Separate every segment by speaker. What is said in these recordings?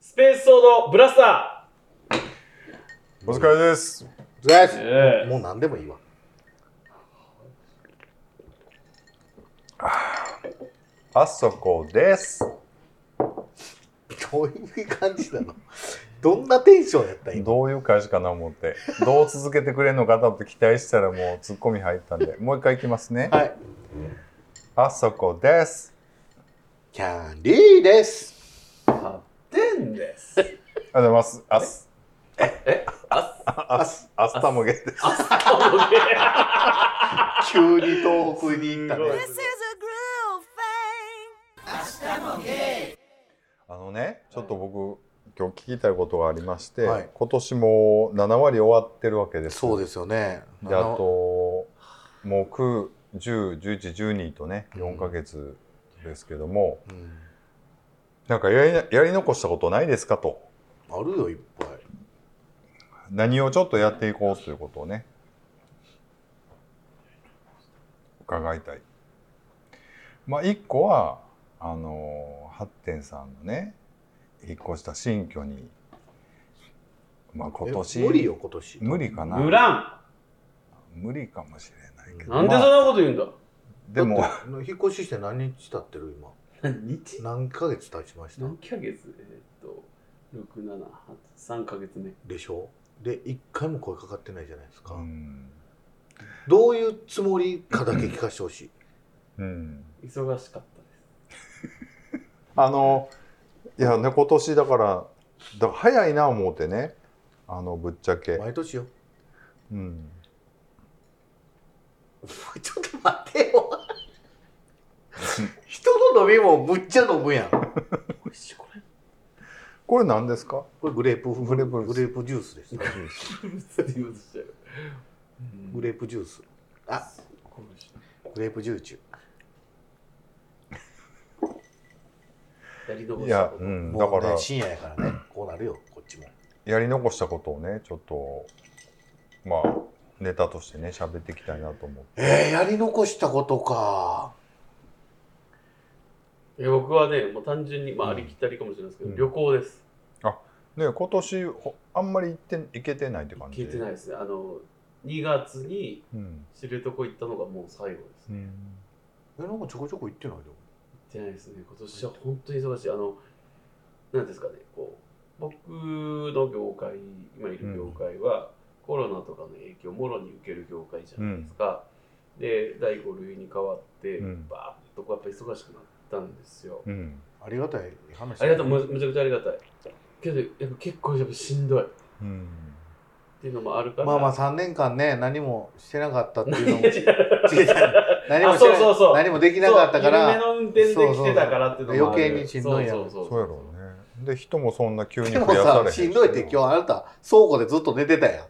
Speaker 1: スペースソードブラスタ
Speaker 2: お疲れです。
Speaker 3: とりあえず
Speaker 1: ー、え
Speaker 3: もう何でもいいわ。
Speaker 2: あそこです。
Speaker 3: どういう感じなのどんなテンションやった今。
Speaker 2: どういう会社かな思って、どう続けてくれるのかなって期待したらもうツッコミ入ったんで、もう一回いきますね。
Speaker 3: はい。
Speaker 2: あそこです。
Speaker 3: キャンディーです。
Speaker 1: ー、8点です。
Speaker 2: ありがとうございます。あす、
Speaker 1: あ
Speaker 2: あす、あすたもげです。
Speaker 3: 急に東北に行った
Speaker 4: This is a
Speaker 3: ね。
Speaker 4: groove thing.
Speaker 2: あのね、ちょっと僕、今日聞きたいことがありまして、
Speaker 3: はい
Speaker 2: 今年も7割終わってるわけです。
Speaker 3: そう
Speaker 2: で
Speaker 3: ですよね。
Speaker 2: あと、もう9、10、11、12とね、4ヶ月ですけども、
Speaker 3: うん
Speaker 2: なんかやりなやり残したことないですかと。
Speaker 3: あるよ、いっぱい。
Speaker 2: 何をちょっとやっていこうということをね伺いたいまあ一個はあのハッテンさんのね引っ越した新居にまあ今年
Speaker 3: え無理よ、今年。
Speaker 2: 無理かな
Speaker 1: 無難。
Speaker 2: 無理かもしれないけど
Speaker 1: なんでそん
Speaker 2: まあ
Speaker 1: なこと言うんだ。
Speaker 2: でも
Speaker 3: だって引っ越しして何日経ってる今。
Speaker 1: 何日
Speaker 3: 何ヶ月経ちました
Speaker 1: 何ヶ月えーっと、6、7、8、3ヶ月目。
Speaker 3: でしょで、一回も声かかってないじゃないですか。
Speaker 2: うん、
Speaker 3: どういうつもりかだけ聞かせてほしい。
Speaker 2: うん、
Speaker 1: 忙しかったです。
Speaker 2: あのいやね今年だからだから早いな思うてねあのぶっちゃけ、
Speaker 3: 毎年よ。
Speaker 2: うん、
Speaker 3: ちょっと待って よ。人の飲みもむっちゃ飲むやん。こ
Speaker 1: 美味しいこれ。
Speaker 2: これ何ですか
Speaker 3: れグレープフ
Speaker 2: グレープフルーツ
Speaker 3: グレープジュースです。グ
Speaker 1: フルーツで言おうとしちゃう。グ
Speaker 3: レープジュース。あ、グレープジューチュ。
Speaker 1: やり残
Speaker 2: い
Speaker 1: した
Speaker 2: や、
Speaker 1: こと
Speaker 2: う。ん、だ
Speaker 3: も
Speaker 2: か
Speaker 3: うね
Speaker 2: ら、
Speaker 3: 深夜やからね。こうなるよ、こっちも。
Speaker 2: やり残したことをね、ちょっと、まあ、ネタとしてね、喋っていきたいなと思って。
Speaker 3: えー、やり残したことか。
Speaker 1: いや僕はね、もう単純に、まあ、ありきたりかもしれないですけど、
Speaker 2: うん
Speaker 1: 旅行です。
Speaker 2: ね、今年、ほあんまり行って、行けてないって感じ。
Speaker 1: 聞いてないですね。あの、2月に
Speaker 2: うん。
Speaker 1: 知床行ったのがもう最後です。
Speaker 2: う
Speaker 1: 行っ
Speaker 2: ん。
Speaker 3: え、なんかちょこちょこ行ってないでも。
Speaker 1: てないですね。今年は本当に忙しい。あの、なんですかね、こう、僕の業界、今いる業界は、コロナとかの影響をもろに受ける業界じゃないですか。で、第5類に変わって、
Speaker 2: うん
Speaker 1: バーッとやっぱ忙しくなったんですよ。
Speaker 2: うん。
Speaker 3: ありがたい話。
Speaker 1: ありがとう、むむちゃくちゃありがたい。けど、やっぱ結構やっぱしんどいっ
Speaker 2: うん。
Speaker 1: ていうのもあるから。
Speaker 3: まあまあ3年間ね、何もしてなかったって いうのも。
Speaker 1: いや
Speaker 3: 違う違う何も
Speaker 1: あ
Speaker 3: して
Speaker 1: そう
Speaker 3: な
Speaker 1: そうそう
Speaker 3: 何もできなかったか
Speaker 1: そう緩め
Speaker 3: ら。
Speaker 1: の運転で来てたからっていうのもある
Speaker 3: 余計にしんどいやろ
Speaker 1: そうそう
Speaker 2: そう
Speaker 1: そ
Speaker 2: や
Speaker 1: う
Speaker 2: ろうね。で、人もそんな急に
Speaker 3: で
Speaker 2: 増
Speaker 3: も
Speaker 2: やされへ
Speaker 3: さ、
Speaker 2: し
Speaker 3: しんどいって今日あなた倉庫でずっと寝てたやん。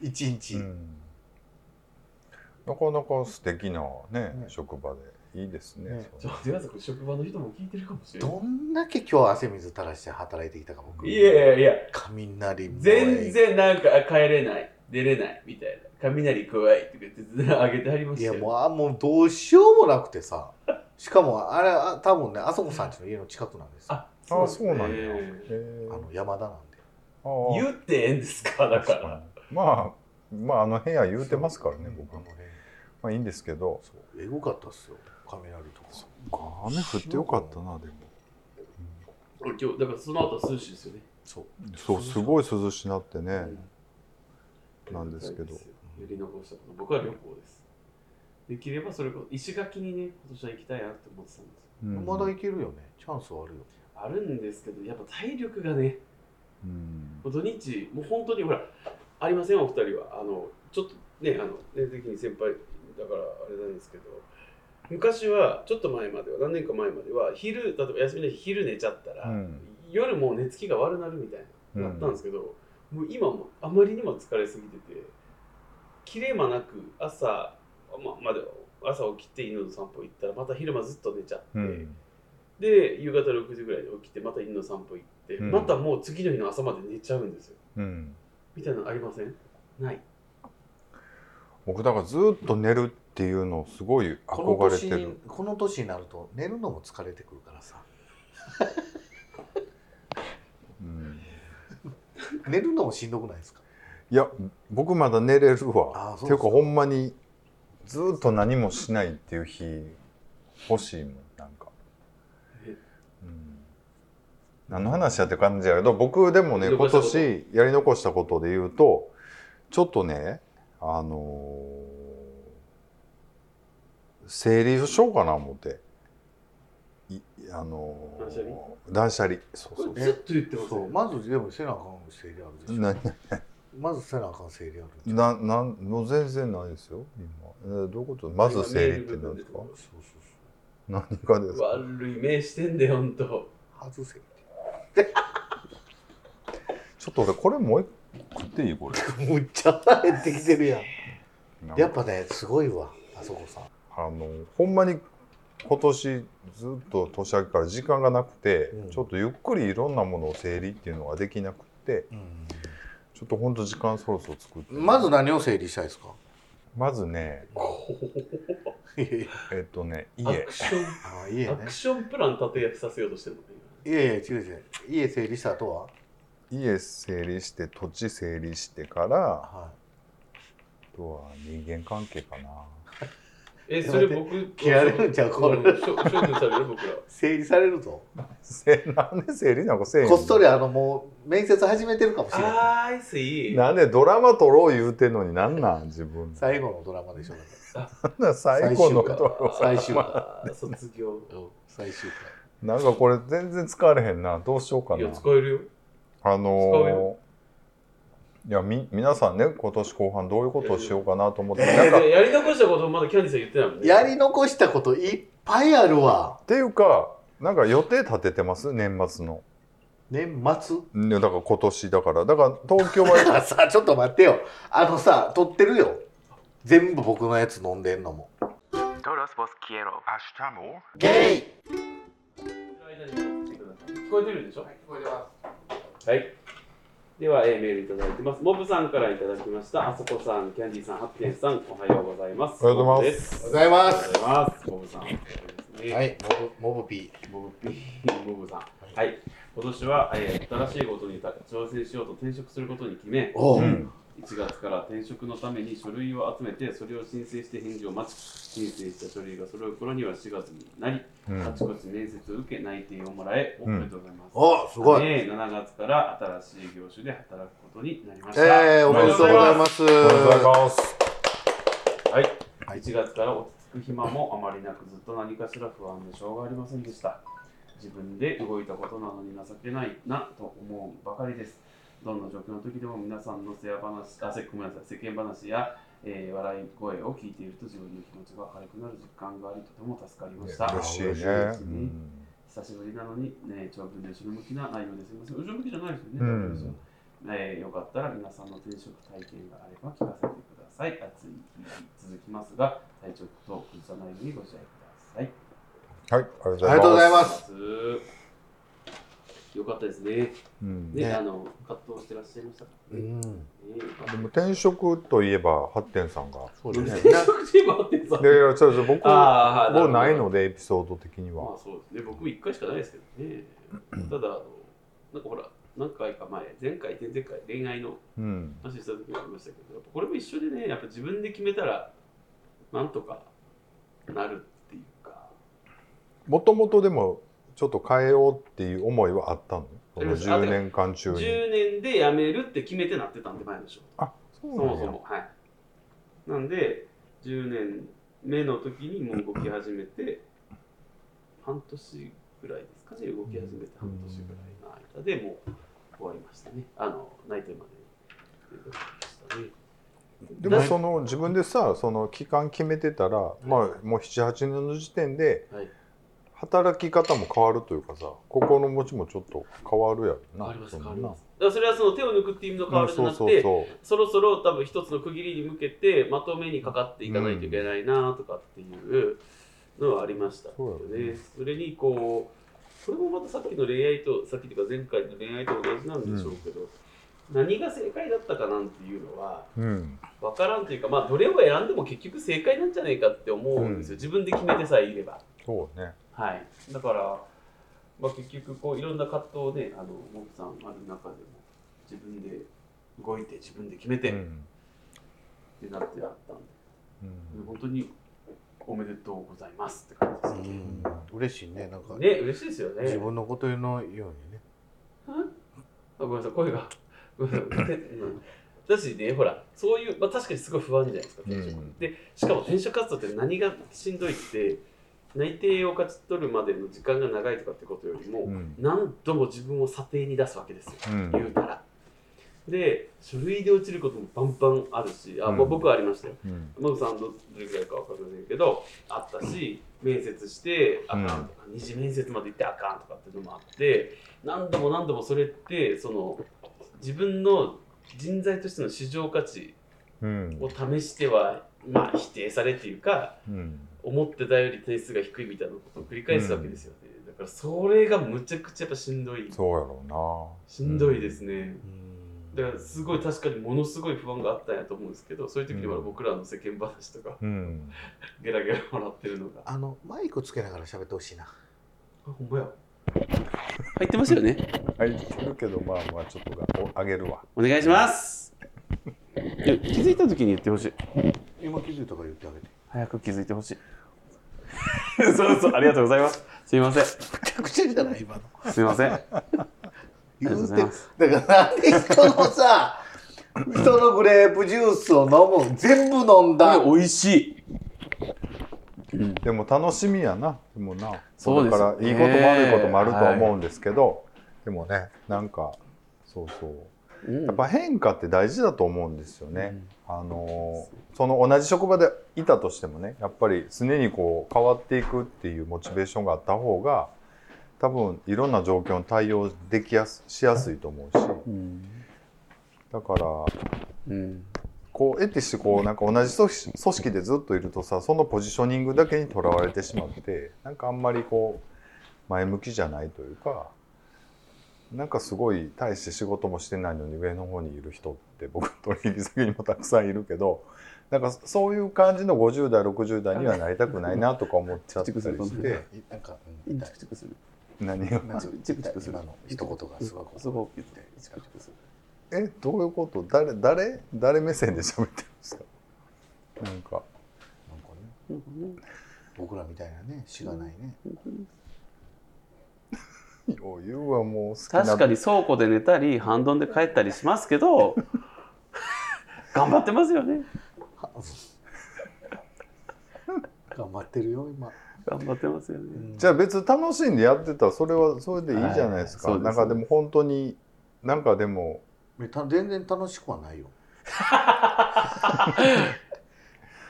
Speaker 3: 一日。
Speaker 2: うん。なかなか素敵なね、
Speaker 3: ね
Speaker 2: 職場で。いいですね。
Speaker 3: ね
Speaker 1: ち
Speaker 2: そ
Speaker 1: ょ
Speaker 2: う
Speaker 1: っと待ってくださいこれ職場の人も聞いてるかもしれない
Speaker 3: どんだけ今日汗水垂らして働いてきたか僕。
Speaker 1: いやいやいや
Speaker 3: 雷も
Speaker 1: 全然なんかあ帰れない出れないみたいな雷怖いとか言って全然上げてありま
Speaker 3: い
Speaker 1: した
Speaker 3: や
Speaker 1: よ
Speaker 3: もうあもうどうしようもなくてさ しかもあれあ多分ねあそこさんちの家の近くなんですよあ
Speaker 1: あ
Speaker 2: あ、そうなんだ。
Speaker 1: え
Speaker 2: え
Speaker 1: ー
Speaker 2: ー
Speaker 3: の山田なんで
Speaker 2: あー
Speaker 1: 言ってええんですかだから
Speaker 2: まあまああの部屋言うてますからね僕
Speaker 3: 僕
Speaker 2: は
Speaker 3: もね
Speaker 2: まあいいんですけど
Speaker 3: そうエグかったっすよ雷とか
Speaker 2: 雨降ってよかったなでも
Speaker 1: 今日だからその後は涼しいですよね
Speaker 3: そう
Speaker 2: そうすごい涼しなってねなんですけど
Speaker 1: やり残したこと僕は旅行ですできればそれこそ石垣にね今年は行きたいなって思ってたんですよ
Speaker 2: うん
Speaker 3: まだいけるよねチャンスはあるよ
Speaker 1: あるんですけどやっぱ体力がね
Speaker 2: うん
Speaker 1: もう土日もう本当にほらありませんお二人はあのちょっとねあの年齢的に先輩だからあれなんですけど昔はちょっと前までは何年か前までは昼例えば休みの日昼寝ちゃったら、
Speaker 2: うん
Speaker 1: 夜もう寝つきが悪なるみたいななったんですけど、もう今もあまりにも疲れすぎてて切れ間なく朝ままで朝起きて犬の散歩行ったらまた昼間ずっと寝ちゃって。
Speaker 2: うん
Speaker 1: で夕方6時ぐらいに起きてまた犬の散歩行って、
Speaker 2: うん
Speaker 1: またもう次の日の朝まで寝ちゃうんですよ
Speaker 2: うん
Speaker 1: みたいなのありませんない
Speaker 2: 僕だからずっと寝るっていうのすごい
Speaker 3: この
Speaker 2: 憧れ
Speaker 3: 年
Speaker 2: て
Speaker 3: に
Speaker 2: る
Speaker 3: この年になると寝るのも疲れてくるからさ
Speaker 2: う
Speaker 3: 寝るのもしんどくないですか
Speaker 2: いや僕まだ寝れる
Speaker 3: あ
Speaker 2: わ
Speaker 3: ー
Speaker 2: っ
Speaker 3: そ
Speaker 2: てい
Speaker 3: うで
Speaker 2: う
Speaker 3: すか
Speaker 2: かほんまにずーっと何もしないっていう日欲しいもんなんか
Speaker 1: え、
Speaker 2: うん、何の話やって感じやけど僕でもね
Speaker 1: やり
Speaker 2: 今
Speaker 1: 残したこと
Speaker 2: 年やり残したことで言うとちょっとねあのー整理しようかな思って。いあのー
Speaker 1: 断捨離
Speaker 2: 断捨離そうそう
Speaker 1: これずっと言ってます
Speaker 3: そう
Speaker 1: ね。
Speaker 3: まずでもせなあかん整理あるでしょ
Speaker 2: な
Speaker 3: まずせなあかん整理あるでしょ
Speaker 2: ななんもう全然ないですよ今、えーどういうことまず整理って何ですか
Speaker 3: そうそうそ
Speaker 2: 何がですか
Speaker 1: 悪い目してんで、本当。
Speaker 3: う外せ
Speaker 2: ちょっと俺これもう一個食っていいこれ
Speaker 3: むっちゃ腹減ってきてるやん
Speaker 2: なんか
Speaker 3: やっぱねすごいわあそこさん
Speaker 2: あのほんまに今年ずっと年明けから時間がなくて、
Speaker 3: うん
Speaker 2: ちょっとゆっくりいろんなものを整理っていうのができなくてちょっとほんと時間そろそろ作って
Speaker 3: まず何を整理したいですか
Speaker 2: まずね
Speaker 3: いやいや
Speaker 2: えっとね
Speaker 1: ア
Speaker 2: 家
Speaker 1: クション、
Speaker 3: あ家
Speaker 1: ア
Speaker 3: ね
Speaker 1: クションプラン立て役させようとしてるのね。
Speaker 3: いやいや違う違う家整理した後は
Speaker 2: 家整理して土地整理してからあ
Speaker 3: は
Speaker 2: とは人間関係かな
Speaker 1: え、それ僕、
Speaker 3: 切られるんちゃうこれ
Speaker 1: ん処処分される僕ら。
Speaker 3: い整理されるぞ
Speaker 2: せなんで整理なんかせえへんの
Speaker 3: こっそりあのもう面接始めてるかもしれない
Speaker 1: あー、I see。
Speaker 2: なんでドラマ撮ろう言うてんのになんなん自分
Speaker 3: 最後のドラマでしょだか
Speaker 2: なんだ最後の
Speaker 3: 最終
Speaker 2: ドラ
Speaker 3: 最終回
Speaker 1: あー卒業。
Speaker 3: ら最終
Speaker 2: マなんかこれ全然使われへんなどうしようか
Speaker 1: い
Speaker 2: な
Speaker 1: や、使えるよ。
Speaker 2: あ
Speaker 1: 使う
Speaker 2: の
Speaker 1: よ
Speaker 2: ーいやみ皆さんね今年後半どういうことをしようかなと思って、
Speaker 3: えー
Speaker 2: なんかっ
Speaker 1: でやり残したことまだキャンディさん言ってないもん
Speaker 3: 回
Speaker 1: ね。
Speaker 3: やり残したこといっぱいあるわ
Speaker 2: ていうかなんか予定立ててます年末の
Speaker 3: 年末
Speaker 2: ねだから今年だからだから東京は
Speaker 3: あさちょっと待ってよあのさ撮ってるよ全部僕のやつ飲んでんのも
Speaker 5: Todos vos quiero.
Speaker 3: ゲイ
Speaker 1: 聞こえてるでしょはい、聞こえてます。はい。では、えーメールいただいてます。モブさんからいただきました。あそこさん、キャンディさん、ハッテンさん、おはようございます。。
Speaker 2: おはようございます
Speaker 3: おはようご
Speaker 1: おはよ
Speaker 3: ざい
Speaker 1: うございます。モブさん。ですね
Speaker 3: はいモブモブピ
Speaker 1: ボブピー、ボブさん。はい。今年は、えー新しいことに挑戦しようと転職することに決め、
Speaker 3: ーおう、
Speaker 2: うん
Speaker 1: 1月から転職のために書類を集めて、それを申請して返事を待ち、申請した書類が揃う頃には4月になり、
Speaker 2: うん
Speaker 1: あちこち面接を受け内定をもらえ、おめでとうございます。
Speaker 3: おすごい、
Speaker 1: ね7月から新しい業種で働くことになりました。
Speaker 3: えー、おめでとうございます
Speaker 2: おはようございます
Speaker 1: はい、
Speaker 3: はい
Speaker 1: 1月から落ち着く暇もあまりなくずっと何かしら不安でしょうがありませんでした自分で動いたことなのに情けないなと思うばかりですどんな状況の時でも皆さんの世話話あせごめんなさい世間話や、えー笑い声を聞いていると自分の気持ちが明るくなる実感がありとても助かりました
Speaker 2: 嬉しいね
Speaker 3: 嬉しい
Speaker 1: です
Speaker 2: う
Speaker 1: ね
Speaker 2: ん
Speaker 1: 久しぶりなのに、ね、長文で後ろ向きな内容ですみません後ろ向きじゃないですよね、
Speaker 2: う
Speaker 1: 大丈
Speaker 2: ん
Speaker 1: 夫ですよえーよかったら皆さんの転職体験があれば聞かせてください暑い日々続きますが体調等を崩さないようにご自愛ください
Speaker 2: はいありがとうございます
Speaker 3: ありがとうございます
Speaker 1: よかったですね
Speaker 2: うん
Speaker 1: ね
Speaker 3: ね
Speaker 1: あの葛藤してらっしゃいましたから
Speaker 3: う
Speaker 1: ね、
Speaker 3: ん
Speaker 1: えー
Speaker 2: でも転職といえばハッテンさんが
Speaker 3: そうですね
Speaker 1: 転職チームあってさ
Speaker 2: いやいや、そうです僕
Speaker 1: あーなるほ
Speaker 2: も
Speaker 1: ど
Speaker 2: ないので、エピソード的に
Speaker 1: ま
Speaker 2: は。
Speaker 1: あそうですね、僕1回しかないですけどね。ただあの、なんかほら、何回か前、前回、前々回、恋愛の
Speaker 2: うん。
Speaker 1: 話した時もありましたけど、やっぱこれも一緒でね、やっぱ自分で決めたら、なんとかなるっていうか、
Speaker 2: もともとでも、ちょっと変えようっていう思いはあったの
Speaker 1: あ
Speaker 2: こ
Speaker 1: り
Speaker 2: の
Speaker 1: ますあ
Speaker 2: 10年間中に。
Speaker 1: 10年で辞めるって決めてなってたんで、前の仕事。
Speaker 2: あ、そ
Speaker 1: そもそ
Speaker 2: うなんや
Speaker 1: も。はい。なんで、10年目の時にもう動き始めて、半年ぐらいですかね、動き始めて半年ぐらいの間でもう終わりましたね。あの、内定までっていうところでしたね。
Speaker 2: でもその自分でさ、その期間決めてたら、まあもう7、8年の時点で
Speaker 1: はい、
Speaker 2: 働き方も変わるというかさ、心の持ちもちょっと変わるやろ
Speaker 1: 変わ
Speaker 2: な。
Speaker 1: ります
Speaker 2: そん
Speaker 1: 変
Speaker 2: な
Speaker 1: わります。だからそれはその手を抜くっていう意味の変わ
Speaker 2: う
Speaker 1: る
Speaker 2: ん
Speaker 1: じゃ
Speaker 2: そ
Speaker 1: な
Speaker 2: う
Speaker 1: く
Speaker 2: そう
Speaker 1: て、
Speaker 2: そ
Speaker 1: そろそろ多分一つの区切りに向けてまとめにかかっていかないといけないなとかっていうのはありました
Speaker 2: そうだよ
Speaker 1: ね。それにこうこれもまたさっきの恋愛とさっきというか前回の恋愛と同じなんでしょうけど、何が正解だったかなんていうのは
Speaker 2: う。うん。
Speaker 1: 分からんというか、まあ、どれを選んでも結局正解なんじゃないかって思うんですよ、
Speaker 2: うん
Speaker 1: 自分で決めてさえいれば。
Speaker 2: そうね。
Speaker 1: はい、だから、まあ、結局こういろんな葛藤をねあのモブさんある中でも自分で動いて自分で決めて、
Speaker 2: う
Speaker 1: っ
Speaker 2: ん
Speaker 1: てなってあったんで
Speaker 2: うん
Speaker 1: 本当におめでとうございますって感じですね。
Speaker 3: 嬉しいねなんか
Speaker 1: ね嬉しいですよね。
Speaker 3: 自分のことのようにね
Speaker 1: あごめんなさい声が。ごめんなさい手うんだしね、ほら、そういう、まあ、確かにすごい不安じゃないですか、転職、
Speaker 2: うん
Speaker 1: で、しかも転職活動って何がしんどいって、内定を勝ち取るまでの時間が長いとかってことよりも、
Speaker 2: うん
Speaker 1: 何度も自分を査定に出すわけですよ、
Speaker 2: うん
Speaker 1: 言うたら。で、書類で落ちることもバンバンあるし、あ、
Speaker 2: うん
Speaker 1: まあ僕はありましたよ。
Speaker 2: うん
Speaker 1: ノブさんどどれぐらいか分かりませんけどあったし面接してあかんとか、二次面接まで行ってあかんとかっていうのもあって何度も何度もそれってその自分の人材としての市場価値
Speaker 2: うん
Speaker 1: を試してはまあ否定されっていうか
Speaker 2: うん
Speaker 1: 思ってたより点数が低いみたいなことを繰り返すわけですよね、だからそれがむちゃくちゃやっぱしんどい
Speaker 2: そうやろうな
Speaker 1: しんどいですね、
Speaker 3: うん
Speaker 1: だからすごい確かにものすごい不安があったんやと思うんですけどそういう時にまだ僕らの世間話とか
Speaker 2: うん
Speaker 1: ゲラゲラ笑ってるのが
Speaker 3: あのマイクつけながら喋ってほしいな
Speaker 1: あほんまや。入ってますよね。
Speaker 2: 入ってるけどまあまあちょっとがお上げるわ
Speaker 1: お願いします。いや気づいた時に言ってほしい。
Speaker 3: 今気づいたから言ってあげて
Speaker 1: 早く気づいてほしい。 そうそう、ありがとうございます。すいません。す
Speaker 3: めちゃくちゃじゃない今の
Speaker 1: いません。
Speaker 3: 言
Speaker 1: がとうご
Speaker 3: う
Speaker 1: ざい
Speaker 3: て
Speaker 1: ます
Speaker 3: だからなんで人のさ人のグレープジュースを飲む全部飲んだ
Speaker 1: これ美味しい。
Speaker 2: でも楽しみやな。でもな。
Speaker 1: そうです
Speaker 2: だからいいことも悪いこともあるとは
Speaker 1: ね
Speaker 2: 思うんですけど、でもね、なんかそうそう。
Speaker 1: うん
Speaker 2: やっぱ変化って大事だと思うんですよね。あのーその同じ職場でいたとしてもね、やっぱり常にこう変わっていくっていうモチベーションがあった方が、多分いろんな状況に対応できやすしやすいと思うし、
Speaker 1: うん。
Speaker 2: だから
Speaker 1: うん。
Speaker 2: こう得てしてこうなんか同じ組織組織でずっといるとさそのポジショニングだけにとらわれてしまってなんかあんまりこう前向きじゃないというかなんかすごい大して仕事もしてないのに上の方にいる人って僕取引先にもたくさんいるけどなんかそういう感じの50代60代にはなりたくないなとか思っちゃったりして
Speaker 3: いなんか、う
Speaker 6: チ
Speaker 3: ん、痛い
Speaker 6: クチクする。
Speaker 2: 何が
Speaker 3: なんか
Speaker 6: チクチクする
Speaker 3: 今の一言がすごく
Speaker 6: すごく言って、チクチクする。
Speaker 2: えどういうこと誰誰誰目線で喋ってるんですかなんか
Speaker 3: なんかね僕らみたいなね死がないね、
Speaker 2: 余裕はもう好きな
Speaker 6: 確かに倉庫で寝たり、半ドンで帰ったりしますけ ど、頑張ってますよね。
Speaker 3: は 頑張ってるよ今、
Speaker 6: 頑張ってますよね。
Speaker 2: じゃあ別に楽しんでやってたらそれはそれでいいじゃないですか、
Speaker 6: はいそうで
Speaker 2: な
Speaker 6: す
Speaker 2: んかでも本当になんかでも
Speaker 3: めた全然楽しくはないよ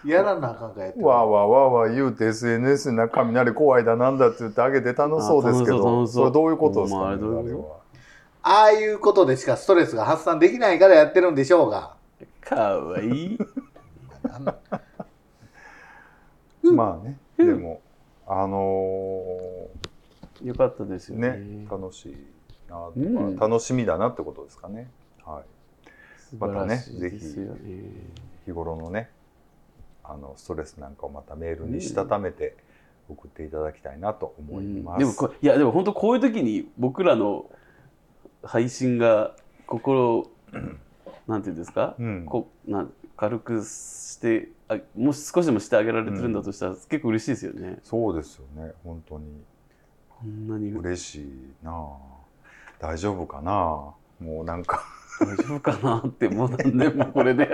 Speaker 3: やらなあかんからやってる
Speaker 2: わーわーわーわー言うて SNS になんか雷怖いだなんだって言ってあげて楽しそうですけ
Speaker 6: あ楽しそう楽しそう
Speaker 2: どそれどういうことです
Speaker 6: まあ
Speaker 2: か
Speaker 6: あれ
Speaker 2: ね
Speaker 6: どういう
Speaker 3: ああいうことでしかストレスが発散できないからやってるんでしょうが
Speaker 6: かわいい。
Speaker 3: あんな
Speaker 2: あれはまあねでもあの
Speaker 6: よかったです
Speaker 2: ー
Speaker 6: よね。
Speaker 2: ね楽しいなと
Speaker 6: う
Speaker 2: か、
Speaker 6: ん
Speaker 2: 楽しみだなってことですかねはい
Speaker 6: 素
Speaker 2: また
Speaker 6: 晴
Speaker 2: ね
Speaker 6: らしいですよね。
Speaker 2: 日頃のねあのストレスなんかをまたメールにしたためて送っていただきたいなと思います、
Speaker 6: うんでもこいやでも本当こういう時に僕らの配信が心をなんていうんですか、
Speaker 2: うん
Speaker 6: こうなん軽くしてあもし少しでもしてあげられてるんだとしたら、結構嬉しいですよね。
Speaker 2: そうですよね本当に
Speaker 6: こんなに
Speaker 2: 嬉しいなあ大丈夫かなあもうな んか
Speaker 6: 大丈夫かなってもう何年もこれ で
Speaker 2: も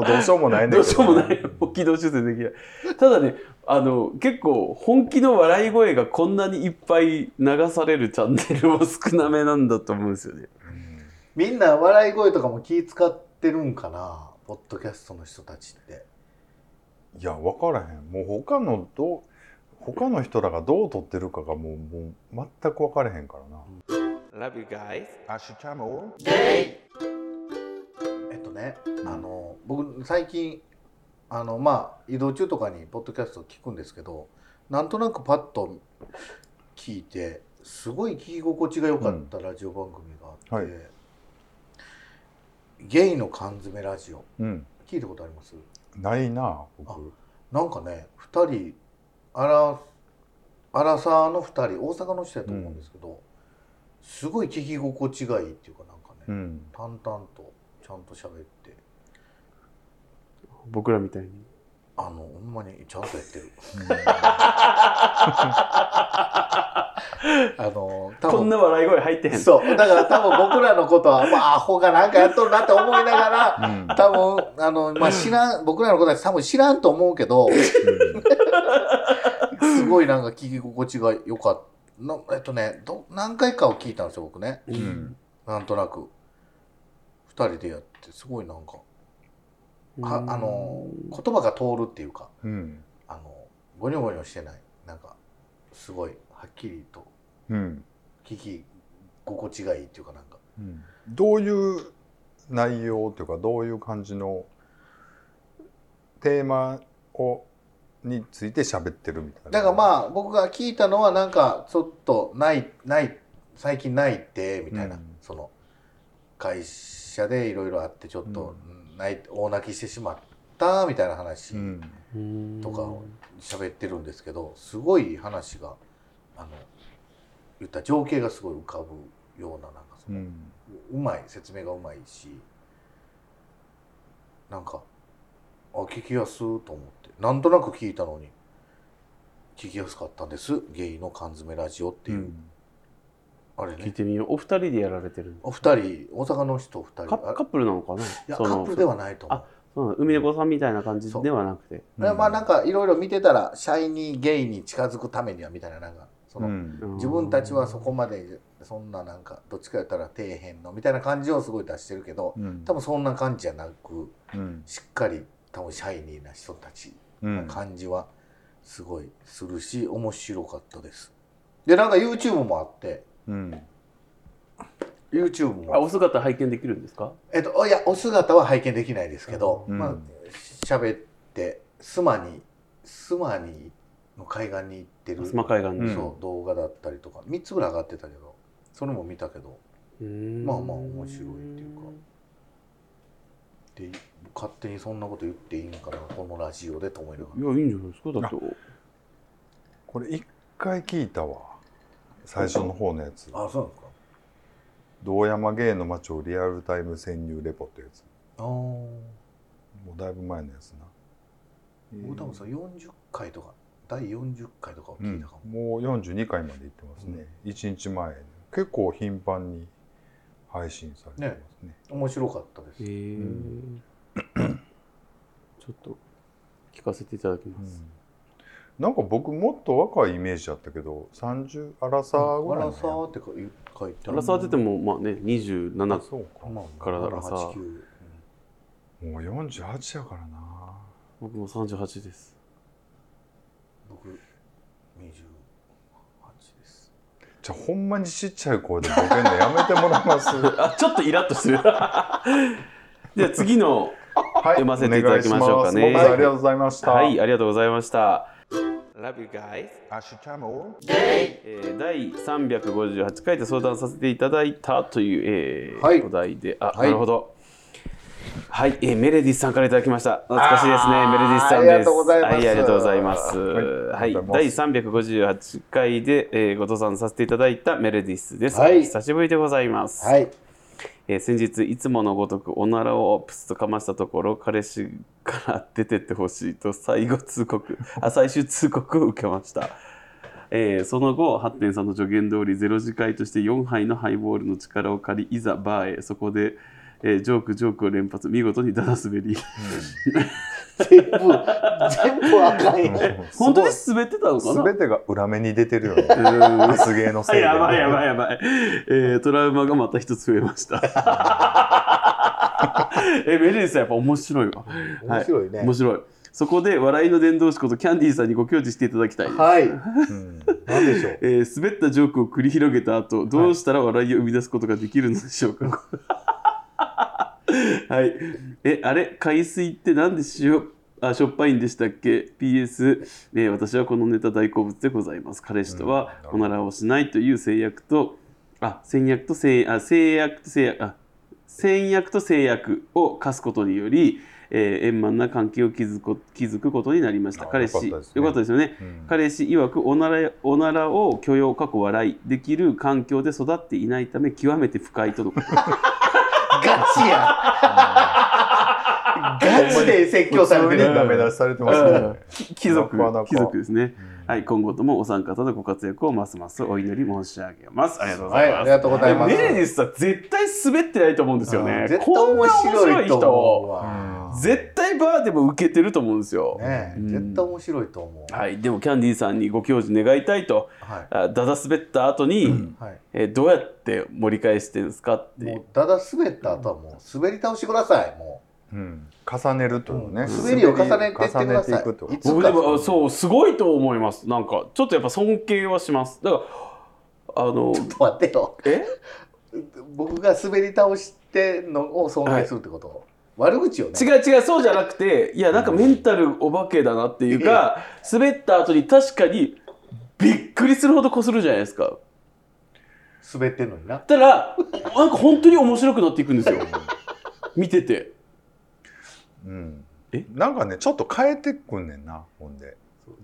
Speaker 2: うどうしようもないんだ
Speaker 6: どう
Speaker 2: けど、ね、
Speaker 6: しようもないもう軌道修正できないただねあの結構本気の笑い声がこんなにいっぱい流されるチャンネルも少なめなんだと思うんですよね。
Speaker 2: うん
Speaker 3: みんな笑い声とかも気使ってるんかなポッドキャストの人たちって
Speaker 2: いや分からへんもう他のどう他の人らがどう撮ってるかがもうもう全く分からへんからな
Speaker 1: Love you guys。
Speaker 2: アシュチャム
Speaker 3: えっとねあの僕最近あのまあ移動中とかにポッドキャスト聞くんですけどなんとなくパッと聞いてすごい聞き心地が良かったラジオ番組があって
Speaker 2: は
Speaker 3: 「ゲイの缶詰ラジオ
Speaker 2: うん」
Speaker 3: 聞いたことあります
Speaker 2: ないな僕
Speaker 3: なんかね2人アラアラサーの2人大阪の人やと思うんですけど、すごい聞き心地がいいっていうかなんかね
Speaker 2: うん
Speaker 3: 淡々とちゃんと喋って
Speaker 1: 僕らみたいに
Speaker 3: あのほんまにちゃんと やってるあの多
Speaker 1: こんな笑い声入ってへん
Speaker 3: そうだから多分僕らのことはまあアホがなんかやっとるなって思いなが ら
Speaker 2: うんうん
Speaker 3: 多分あの、まあ、知らん僕らのことは多分知らんと思う けどすごいなんか聞き心地が良かったのえっとねど何回かを聞いたんですよ僕ね
Speaker 1: う
Speaker 2: うんん
Speaker 3: なんとなく2人でやってすごいなんかはあの言葉が通るっていうか
Speaker 2: うん
Speaker 3: あのゴニョゴニョしてないなんかすごいはっきりと
Speaker 2: うん
Speaker 3: 聞き心地がいいっていうかなんか
Speaker 2: うんどういう内容というかどういう感じのテーマをについて喋ってるみたいな
Speaker 3: だからまあ僕が聞いたのはなんかちょっとないない最近ないってみたいな、
Speaker 2: うん
Speaker 3: その会社でいろいろあってちょっと、うん泣い大泣きしてしまったみたいな話
Speaker 2: うん
Speaker 3: とかを喋ってるんですけど、すごい話があの言ったら情景がすごい浮かぶようななんかそうの、
Speaker 2: ん
Speaker 3: うまい説明がうまいしなんかあ聞きやすーと思ってなんとなく聞いたのに聞きやすかったんです「ゲイの缶詰ラジオ」っていう、あれ
Speaker 1: 聞い
Speaker 3: ね
Speaker 1: てみようお二人でやられてるんで
Speaker 3: お二人大阪の人お二
Speaker 1: カ
Speaker 3: 人あ
Speaker 1: ッカップルなのかない
Speaker 3: や
Speaker 1: そ
Speaker 3: カ
Speaker 1: の
Speaker 3: ップルではないと思う
Speaker 1: あそうなの海猫さんみたいな感じ
Speaker 3: そう
Speaker 1: ではなくて
Speaker 3: あれはまあなんかいろいろ見てたらシャイニーゲイに近づくためにはみたいななんかその、
Speaker 2: うん
Speaker 1: うん
Speaker 3: 自分たちはそこまでそんななんかどっちか言ったら底辺のみたいな感じをすごい出してるけど
Speaker 2: うん
Speaker 3: 多分そんな感じじゃなく
Speaker 2: うん
Speaker 3: しっかり多分シャイニーな人たち
Speaker 2: うん
Speaker 3: 感じはすごいするし面白かったですでなんか YouTube もあって
Speaker 2: うん、
Speaker 3: YouTube
Speaker 1: あ
Speaker 3: も
Speaker 1: お姿拝見できるんですか
Speaker 3: えっとおいやお姿は拝見できないですけど、
Speaker 2: うん
Speaker 3: まあ喋ってスマにスマにの海岸に行ってる
Speaker 1: スマ海岸
Speaker 2: うん
Speaker 1: で
Speaker 3: そう動画だったりとか3つぐらい上がってたけどそれも見たけどまあまあ面白いっていうかで勝手にそんなこと言っていいんかなこのラジオでと思いなが
Speaker 1: いやいいんじゃないですかだと
Speaker 2: これ一回聞いたわ最初の方のやつ
Speaker 3: らあそうなんですか
Speaker 2: 堂山芸の街をリアルタイム潜入レポってやつ
Speaker 3: ああ
Speaker 2: もうだいぶ前のやつな
Speaker 3: 僕多分さ40回とか第40回とかを
Speaker 2: う
Speaker 3: 聞い
Speaker 2: ん
Speaker 3: たかも、、
Speaker 2: もう42回まで行ってますね、一1日前結構頻繁に配信されてますね
Speaker 3: 面白かったです、
Speaker 1: へえ
Speaker 2: ん
Speaker 1: ちょっと聞かせていただきます
Speaker 2: うんなんか僕もっと若いイメージだったけど30アラサーぐ
Speaker 3: ア
Speaker 2: らいの
Speaker 3: ラサーってか言う書いて
Speaker 1: アラサーって言って
Speaker 3: も
Speaker 1: もまあね27
Speaker 2: そうかも
Speaker 1: からアラサー
Speaker 3: 89
Speaker 2: う48やからな
Speaker 1: 僕も38です
Speaker 3: 僕28です
Speaker 2: じゃあほんまにちっちゃい声でボケんのやめてもら いますは
Speaker 1: あちょっとイラッとしてる じゃあ次の読ませていただきましょうかね
Speaker 2: お願いしますボブさんありがとうございました、
Speaker 1: はいありがとうございました Love you guys
Speaker 2: アッシュチャムを
Speaker 1: えー第358回で相談させていただいたという、えー
Speaker 3: はい
Speaker 1: お題であ、
Speaker 3: い
Speaker 1: なるほどはい、えーメレディスさんからいただきました懐かしいですねメレディスさんです
Speaker 3: ありがとうございます
Speaker 1: はい、ありがとうございます、は
Speaker 2: はいい
Speaker 1: 第358回で、えー、ご登山させていただいたメレディスです、
Speaker 3: はい
Speaker 1: 久しぶりでございます、
Speaker 3: はい
Speaker 1: えー先日いつものごとくおならをプスとかましたところ彼氏から出てってほしいと最後通告あ最終通告を受けました、えーその後ハッテンさんの助言通り0次会として4杯のハイボールの力を借りいざバーへそこで、えージョークジョークを連発見事にダダ滑り
Speaker 3: 全 部全部赤い
Speaker 1: 本当に滑ってたのかな
Speaker 2: 全てが裏目に出てるよね 発芸のせいで
Speaker 1: やばいやばいやばい、えートラウマがまた一つ増えま したえメリーさんやっぱ面白いわ
Speaker 3: 面白いね
Speaker 1: 面白いそこで笑いの伝道師ことキャンディーさんにご教示していただきたいです、
Speaker 3: はい
Speaker 2: うん
Speaker 3: 何でしょう
Speaker 1: えー滑ったジョークを繰り広げた後どうしたら笑いを生み出すことができるのでしょうか はいえあれ海水って何で塩あしょっぱいんでしたっけ ?PS、えー私はこのネタ大好物でございます。彼氏とは
Speaker 2: うん
Speaker 1: おならをしないという制約と、あ、戦略と制あ制約と制約、あ戦約と制約を課すことにより、えー円満な関係を築く築くことになりました。
Speaker 2: あ
Speaker 1: 彼氏、
Speaker 2: よ
Speaker 1: よ
Speaker 2: か
Speaker 1: かっ
Speaker 2: ったですね
Speaker 1: たですよね。
Speaker 2: うん
Speaker 1: 彼氏曰くおならおならを許容過去笑いできる環境で育っていないため極めて不快とのこと
Speaker 3: ガチや。ガチで説教されて
Speaker 2: 普通に
Speaker 3: る。
Speaker 2: ダメ出しされてますもんね。
Speaker 1: き貴族
Speaker 2: なかなか
Speaker 1: 貴族ですね。
Speaker 2: うん
Speaker 1: はい、今後ともお三方のご活躍をますますお祈り申し上げます。ありがとうご
Speaker 3: は
Speaker 1: ざい
Speaker 3: い、
Speaker 1: ます。
Speaker 3: ありがとうございます。
Speaker 1: メレディスさん絶対滑ってないと思うんですよね。
Speaker 3: 絶対面白いと思う
Speaker 1: こ
Speaker 2: う
Speaker 3: わ。
Speaker 2: ん
Speaker 1: んな面白い人絶対バーでも受けてると思うんですよ。
Speaker 3: ねえ、
Speaker 1: うん
Speaker 3: 絶対面白いと思う。はい。
Speaker 1: はい、でもキャンディーさんにご教授願いたいとあダダ滑った後に、
Speaker 3: はい。
Speaker 1: えーどうやって盛り返してるんですかってい
Speaker 3: も
Speaker 1: う
Speaker 3: う、だだ滑った後はもう、滑り倒してください。も
Speaker 2: うん重ねるってこ
Speaker 3: う。
Speaker 2: とね。
Speaker 3: 滑りを重ねていってくだ
Speaker 2: 重ねてい
Speaker 3: さ
Speaker 2: くってこと
Speaker 3: い。いつ
Speaker 1: 僕
Speaker 3: か
Speaker 1: でもあそうすごいと思いますなんかちょっとやっぱ尊敬はしますだからあの
Speaker 3: ちょっと待ってよ。
Speaker 1: え
Speaker 3: 僕が滑り倒してんのを尊敬するってこと、悪口よね。
Speaker 1: 違う違うそうじゃなくていやなんかメンタルお化けだなっていうか滑った後に確かにびっくりするほどこするじゃないですか
Speaker 3: 滑ってんのにな。
Speaker 1: たらなんか本当に面白くなっていくんです よ見てて
Speaker 2: うん
Speaker 1: え
Speaker 2: なんかねちょっと変えてくんねんなほんで。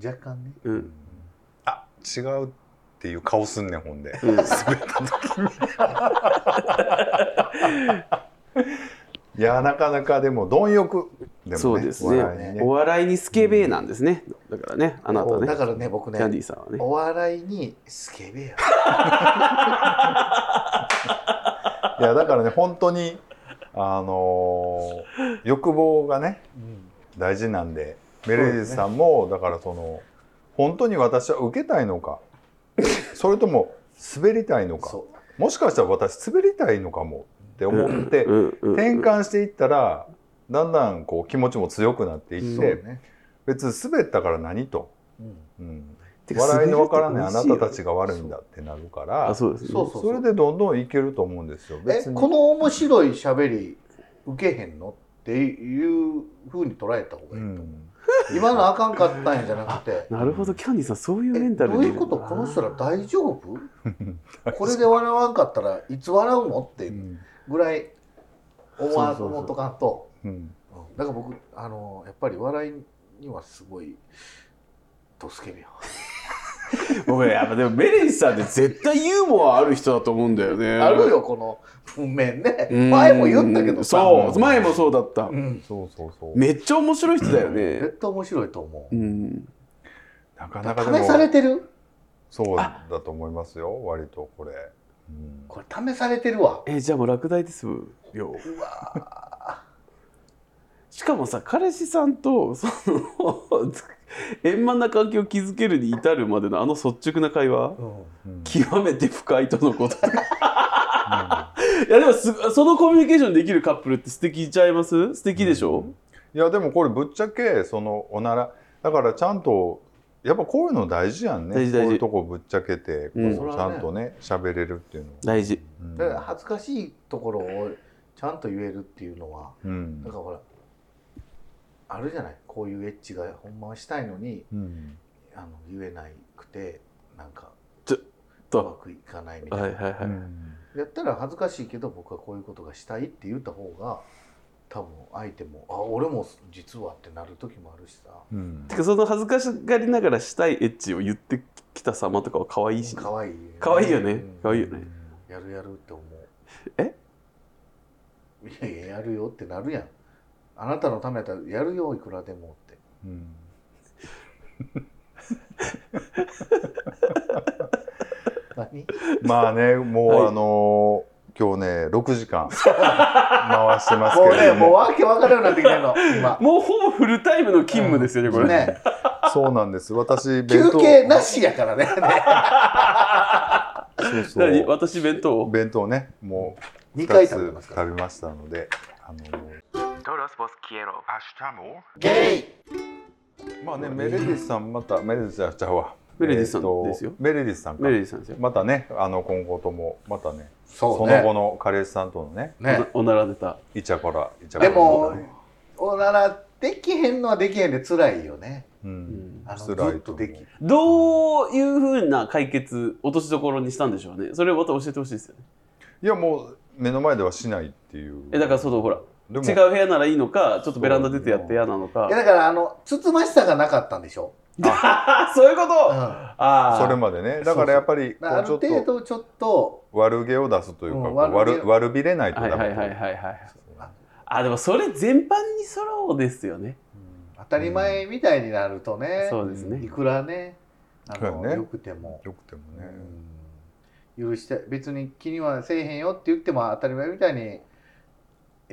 Speaker 3: 若干ね。
Speaker 1: うん
Speaker 2: あ違うっていう顔すんねんほんで。
Speaker 1: うん
Speaker 2: 滑った時にいやなかなかでも貪欲でもね
Speaker 1: そうですね
Speaker 2: お笑いに
Speaker 1: お笑いにスケベなんですね、だからねあなたね
Speaker 3: だからね、僕
Speaker 1: キ
Speaker 3: ね
Speaker 1: ャ、ンディーさんはね
Speaker 3: お笑いにスケベや。
Speaker 2: いやだからね本当にあのー欲望がね大事なんでメルディスさんも、だからその本当に私は受けたいのかそれとも滑りたいのか
Speaker 3: そ
Speaker 2: もしかしたら私滑りたいのかもって思って
Speaker 1: うんうん
Speaker 2: 転換していったらだんだんこう気持ちも強くなって
Speaker 3: う。
Speaker 2: いっ
Speaker 3: そう
Speaker 2: て、
Speaker 3: ね。
Speaker 2: 別に滑ったから何と、
Speaker 3: うん
Speaker 2: うん、
Speaker 1: てか
Speaker 2: 笑いのわからないあ
Speaker 1: 滑る
Speaker 2: な
Speaker 1: と
Speaker 2: た
Speaker 1: 楽しい
Speaker 2: たちが悪いんだってなるか
Speaker 1: あ
Speaker 2: らそ
Speaker 1: そうですね
Speaker 3: そうそうそう
Speaker 2: れでどんどんいけると思うんですよ。
Speaker 3: え
Speaker 2: 別に
Speaker 3: この面白い喋り受けへんのっていうふうに捉
Speaker 2: う
Speaker 3: えた方がいいと思う、
Speaker 2: ん
Speaker 3: 今のあかんかったんやじゃなくて
Speaker 1: なるほどキャンディーさんそういうメ
Speaker 3: え
Speaker 1: ンタル
Speaker 3: どういうこと
Speaker 1: で
Speaker 3: この人ら大丈 夫これで笑わんかったらいつ笑うのっていうぐらい思わ
Speaker 2: そうそうそう
Speaker 3: 思っとかんと
Speaker 2: うん
Speaker 3: うんだから僕あのやっぱり笑いにはすごいドスケベよ
Speaker 1: 僕やっぱでもメレンさんって絶対ユーモアある人だと思うんだよね
Speaker 3: あるよこの文面ね
Speaker 1: うん
Speaker 3: 前も言ったけどさ
Speaker 1: そう前もそうだった、
Speaker 3: うん
Speaker 2: そうそうそう。
Speaker 1: めっちゃ面白い人だよね
Speaker 3: 絶対面白いと思う
Speaker 1: うん
Speaker 2: なかなかで
Speaker 3: 試され
Speaker 2: も
Speaker 3: てる
Speaker 2: そうだと思いますよ割とこれ。うん
Speaker 3: これ試されてるわ
Speaker 1: えじゃあもう落第ですよしかもさ彼氏さんとその円満な関係を築けるに至るまでのあの率直な会話
Speaker 3: うん
Speaker 2: うん
Speaker 1: 極めて深いとのこといやでもすそのコミュニケーションできるカップルって素敵ちゃいます素敵でしょ、
Speaker 2: いやでもこれぶっちゃけそのおならだからちゃんとやっぱこういうの大事やんね
Speaker 1: 大事大事
Speaker 2: こういうとこぶっちゃけてこう
Speaker 1: うん
Speaker 2: ちゃんとね喋れるっていうのは
Speaker 1: 大事
Speaker 2: うん
Speaker 3: だから恥ずかしいところをちゃんと言えるっていうのは
Speaker 2: うん
Speaker 3: なんかほらあるじゃないこういうエッチがほんまはしたいのに
Speaker 2: うん
Speaker 3: あの言えなくてなんか
Speaker 1: ちょっと
Speaker 3: うまくいかないみたい
Speaker 1: は
Speaker 3: な、
Speaker 1: いはいはい、
Speaker 2: うん
Speaker 3: やったら恥ずかしいけど僕はこういうことがしたいって言った方が多分相手も「あ俺も実は」ってなる時もあるしさ
Speaker 2: うん
Speaker 1: てかその恥ずかしがりながらしたいエッチを言ってきた様とかは可愛いしね、
Speaker 3: 可愛い
Speaker 1: 可愛いよね可愛いよ
Speaker 3: ね
Speaker 1: ね
Speaker 3: やるやるって思う
Speaker 1: え
Speaker 3: いやいややるよってなるやんあなたのためだったらやるよいくらでもって
Speaker 2: うん
Speaker 3: 何
Speaker 2: まあねもう、
Speaker 1: はい
Speaker 2: あのー今日ね6時 間回してますけ
Speaker 3: もうね
Speaker 2: れども
Speaker 3: もうわけわからんようになってきてるの今
Speaker 1: もうほぼフルタイムの勤務ですよね、これ
Speaker 3: ね
Speaker 2: そうなんです私弁
Speaker 3: 休
Speaker 2: 当
Speaker 3: 憩なしやからね
Speaker 2: そうそ
Speaker 1: 何
Speaker 2: う
Speaker 1: 私弁当
Speaker 2: 弁当ねもう
Speaker 3: 二
Speaker 2: 2
Speaker 3: 回
Speaker 2: つ
Speaker 3: 食べ
Speaker 2: 食
Speaker 3: てますから
Speaker 2: べましたのであのー
Speaker 7: Todos vos quiero.
Speaker 3: ゲイ
Speaker 2: まあね、メレディスさんまたメレディスじゃちゃうわ。
Speaker 1: メレディスさん
Speaker 2: えーと
Speaker 1: ですよ
Speaker 2: メレディスさんか
Speaker 1: メ。リーさんですよ、
Speaker 2: またね、あの今後ともまたね、
Speaker 3: そ
Speaker 2: そう
Speaker 3: ね
Speaker 2: の後の彼氏さんとのね、
Speaker 3: ね
Speaker 1: お ならネタ
Speaker 2: イチャコライチャコラ
Speaker 3: でも
Speaker 2: とかね
Speaker 3: おならできへんのはできへんで辛いよね
Speaker 2: うん、
Speaker 3: あのず
Speaker 2: 辛いと思う
Speaker 3: っとでき
Speaker 1: どういうふうな解決落としどころにしたんでしょうねそれをまた教えてほしいですよね
Speaker 2: いやもう目の前ではしないっていう。
Speaker 1: えだからそのほら
Speaker 2: でも
Speaker 1: 違う部屋ならいいのかちょっとベランダ出てやって嫌なのか
Speaker 3: いやだからあのつつましさがなかったんでしょ
Speaker 1: うあ そういうこと、あ
Speaker 3: あ
Speaker 1: あー
Speaker 2: それまでねだからやっぱりこ
Speaker 3: る
Speaker 2: うちょ
Speaker 3: 程
Speaker 2: っと
Speaker 3: 度ちょっと
Speaker 2: 悪気を出すというか、
Speaker 3: うん
Speaker 2: こう
Speaker 3: 悪気
Speaker 2: 悪悪びれないと
Speaker 1: はい
Speaker 2: ダ
Speaker 1: はい
Speaker 2: メ
Speaker 1: はいはいはいあでもそれ全般にそうですよね
Speaker 3: うん当たり前みたいになるとね、
Speaker 1: そうですね
Speaker 3: いくらねあ
Speaker 2: そ
Speaker 3: の
Speaker 2: うやね
Speaker 3: よくても、
Speaker 2: よくてもね、
Speaker 3: うん許して別に気にはせえへんよって言っても当たり前みたいに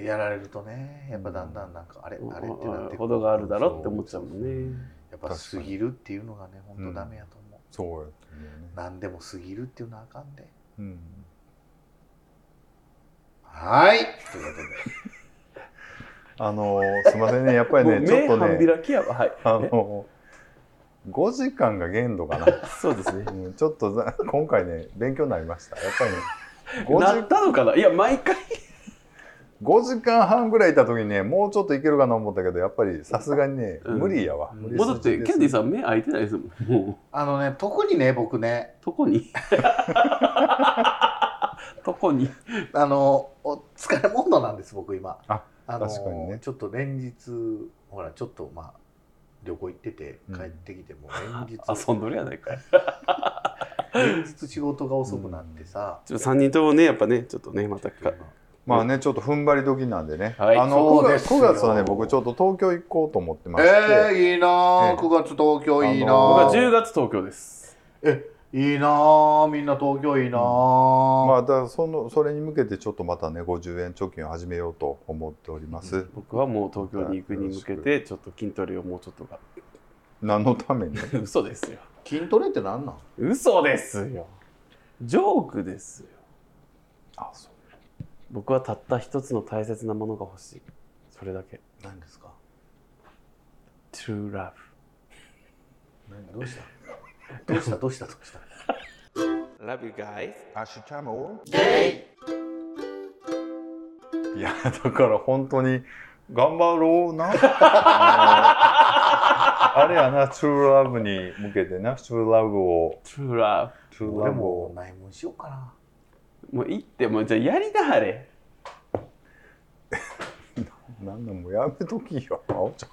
Speaker 3: やられるとねやっぱだんだんなんかあれ、あれってなってくる
Speaker 1: ほどがあるだろって思っちゃうもんね
Speaker 3: やっぱ過ぎるっていうのがね本当ダメやと思う、
Speaker 2: そうやと思うね、
Speaker 3: 何でも過ぎるっていうのはあかんで
Speaker 2: うん、
Speaker 3: はいということで
Speaker 2: あのーすいませんねやっぱり
Speaker 1: も
Speaker 2: ね
Speaker 1: う
Speaker 2: ちょっ
Speaker 1: 目
Speaker 2: と
Speaker 1: 半
Speaker 2: ね
Speaker 1: 開きやわはい
Speaker 2: あのー5時間が限度かな、
Speaker 1: そうですね
Speaker 2: うん、ちょっとざ今回ね勉強になりましたやっぱりね
Speaker 1: な
Speaker 2: 5
Speaker 1: っ
Speaker 2: 時
Speaker 1: たのかないや毎回
Speaker 2: 5時間半ぐらいいた時にねもうちょっといけるかな思ったけどやっぱりさすがにね、
Speaker 1: うん
Speaker 2: 無理やわ
Speaker 3: うん
Speaker 2: 無理
Speaker 1: もうだっ
Speaker 2: 筋
Speaker 1: て
Speaker 2: です
Speaker 1: ケンディさん目開いてないですもんも
Speaker 3: あのね特にね僕ね
Speaker 1: うとこ にとこに
Speaker 3: あのお疲れモードなんです僕今
Speaker 2: あ
Speaker 3: の
Speaker 2: 確かにね
Speaker 3: ちょっと連日ほらちょっとまあ旅行行ってて
Speaker 2: うん
Speaker 3: 帰ってき ても連日、
Speaker 1: 遊んどるやないかい
Speaker 3: 連日仕事が遅くなってさ、
Speaker 1: ちょっと3人ともねやっぱねちょっとねまたか
Speaker 2: まあねちょっと踏ん張り時なんでね、
Speaker 1: はい
Speaker 2: あの
Speaker 3: そう
Speaker 2: 9,
Speaker 3: です
Speaker 2: 月
Speaker 3: よ
Speaker 2: 9月はね僕ちょっと東京行こうと思ってまして、
Speaker 3: えー、いいな
Speaker 2: え
Speaker 3: あ、
Speaker 2: え
Speaker 3: 9月東京いいな
Speaker 2: あ
Speaker 1: 僕
Speaker 2: の
Speaker 1: は
Speaker 3: あ、
Speaker 1: 10月東京です
Speaker 3: いいなあ、みんな東京いいなあ、
Speaker 2: まあ、だからそのそれに向けてちょっとまたね50円貯金を始めようと思っております、
Speaker 1: 僕はもう東京に行くに向けてちょっと筋トレをもうちょっとが
Speaker 2: 何のために
Speaker 1: 嘘ですよ
Speaker 3: 筋トレってなんなん
Speaker 1: 嘘ですよジョークですよ
Speaker 2: あそう
Speaker 1: 僕はたった一つの大切なものが欲しいそれだけ
Speaker 3: 何ですか
Speaker 1: True Love
Speaker 3: 何どうしたどうしたどうしたどうした
Speaker 1: Love you guys
Speaker 2: アッシュチャムをいやだから本当に頑張ろ うなあのあれやな True Love に向けてな True Love を
Speaker 1: True Love
Speaker 2: True
Speaker 3: 俺
Speaker 2: Love
Speaker 3: も
Speaker 2: を
Speaker 3: 内門しようかな
Speaker 1: もう行ってもうじゃあやりなはれ
Speaker 2: 何でもやめときよ青ちゃ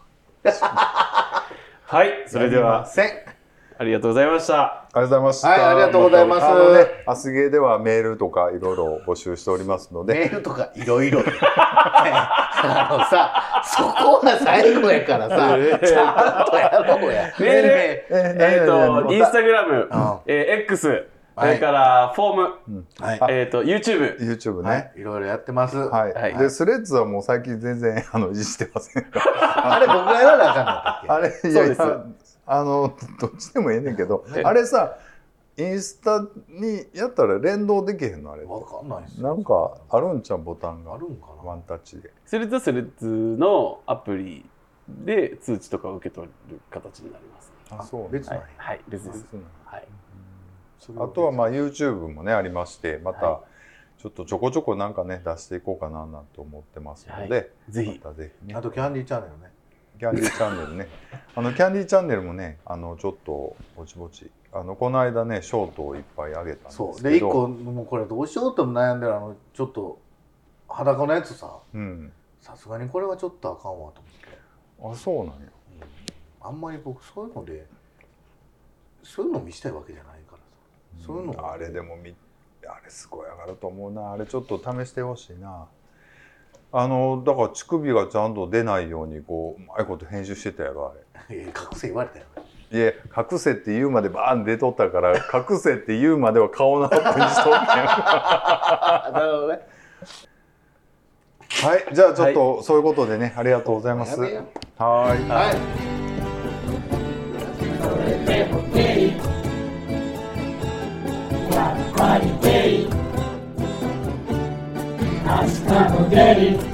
Speaker 2: ん
Speaker 1: はいそれでは
Speaker 3: せん
Speaker 1: ありがとうございました
Speaker 2: ありがとうございました
Speaker 3: はいありがとうございます
Speaker 2: たあのねアスゲーではメールとかいろいろ募集しておりますので
Speaker 3: メールとかいろ いろあのさそこは最後やからさちゃんとやろうや
Speaker 1: メール
Speaker 3: ね
Speaker 2: えー
Speaker 1: えっ、とインスタグラム
Speaker 3: うん、
Speaker 1: えー X そ
Speaker 3: はい
Speaker 1: れからフォーム、
Speaker 3: はい
Speaker 2: あ
Speaker 1: えっ、と YouTube
Speaker 2: YouTube ね、
Speaker 3: はいいろいろやってます、
Speaker 2: はい、
Speaker 1: はい
Speaker 2: でスレッズはもう最近全然あの維持してません
Speaker 3: あれ僕がやらなあかんかったっ
Speaker 2: あれいやい
Speaker 1: そう
Speaker 2: やあの どっちでもええねんけど
Speaker 1: え
Speaker 2: あれさインスタにやったら連動できへんのあれ
Speaker 3: けわかんないっす
Speaker 2: なんかあるんちゃうボタン
Speaker 3: あ
Speaker 2: が
Speaker 3: るんか
Speaker 2: ワンタッチで
Speaker 1: スレッズはスレッズのアプリで通知とかを受け取る形になります、
Speaker 2: あそう
Speaker 3: 別
Speaker 1: は
Speaker 3: は
Speaker 1: い、
Speaker 3: い
Speaker 1: はい、別です、
Speaker 2: そうなん
Speaker 1: はい、
Speaker 2: あとはまあ YouTube もねありましてまたちょっとちょこちょこなんかね出していこうかななんて思ってますので、
Speaker 1: ぜひ
Speaker 2: またぜひね
Speaker 3: なあとキャンディーチャンネルね
Speaker 2: キャンディーチャンネルね。 あのキャンディーチャンネルもね、あのちょっとぼちぼち。あのこの間ね、ショートをいっぱい上げたんですけど。
Speaker 3: そうで一個もうこれどうしようとも悩んでるあのちょっと裸のやつさ
Speaker 2: うん。
Speaker 3: さすがにこれはちょっとあかんわと思って
Speaker 2: あ、そうなんや。
Speaker 3: あんまり僕そういうのでそういうの見したいわけじゃないからさそういうの
Speaker 2: んあれでもみ、あれすごい上がると思うな。あれちょっと試してほしいな。あのだから乳首がちゃんと出ないようにこううまいこと編集してたやろあれ。
Speaker 3: いや覚醒言われたよ
Speaker 2: いえ隠せって言うまでバーン出とったから 隠せって言うまでは顔のアップにしとったんや
Speaker 3: あなるほどね
Speaker 2: はいじゃあちょっとそういうことでねありがとうございます
Speaker 3: やめよ
Speaker 2: はーい
Speaker 3: はい
Speaker 8: パリデイ明日もデイ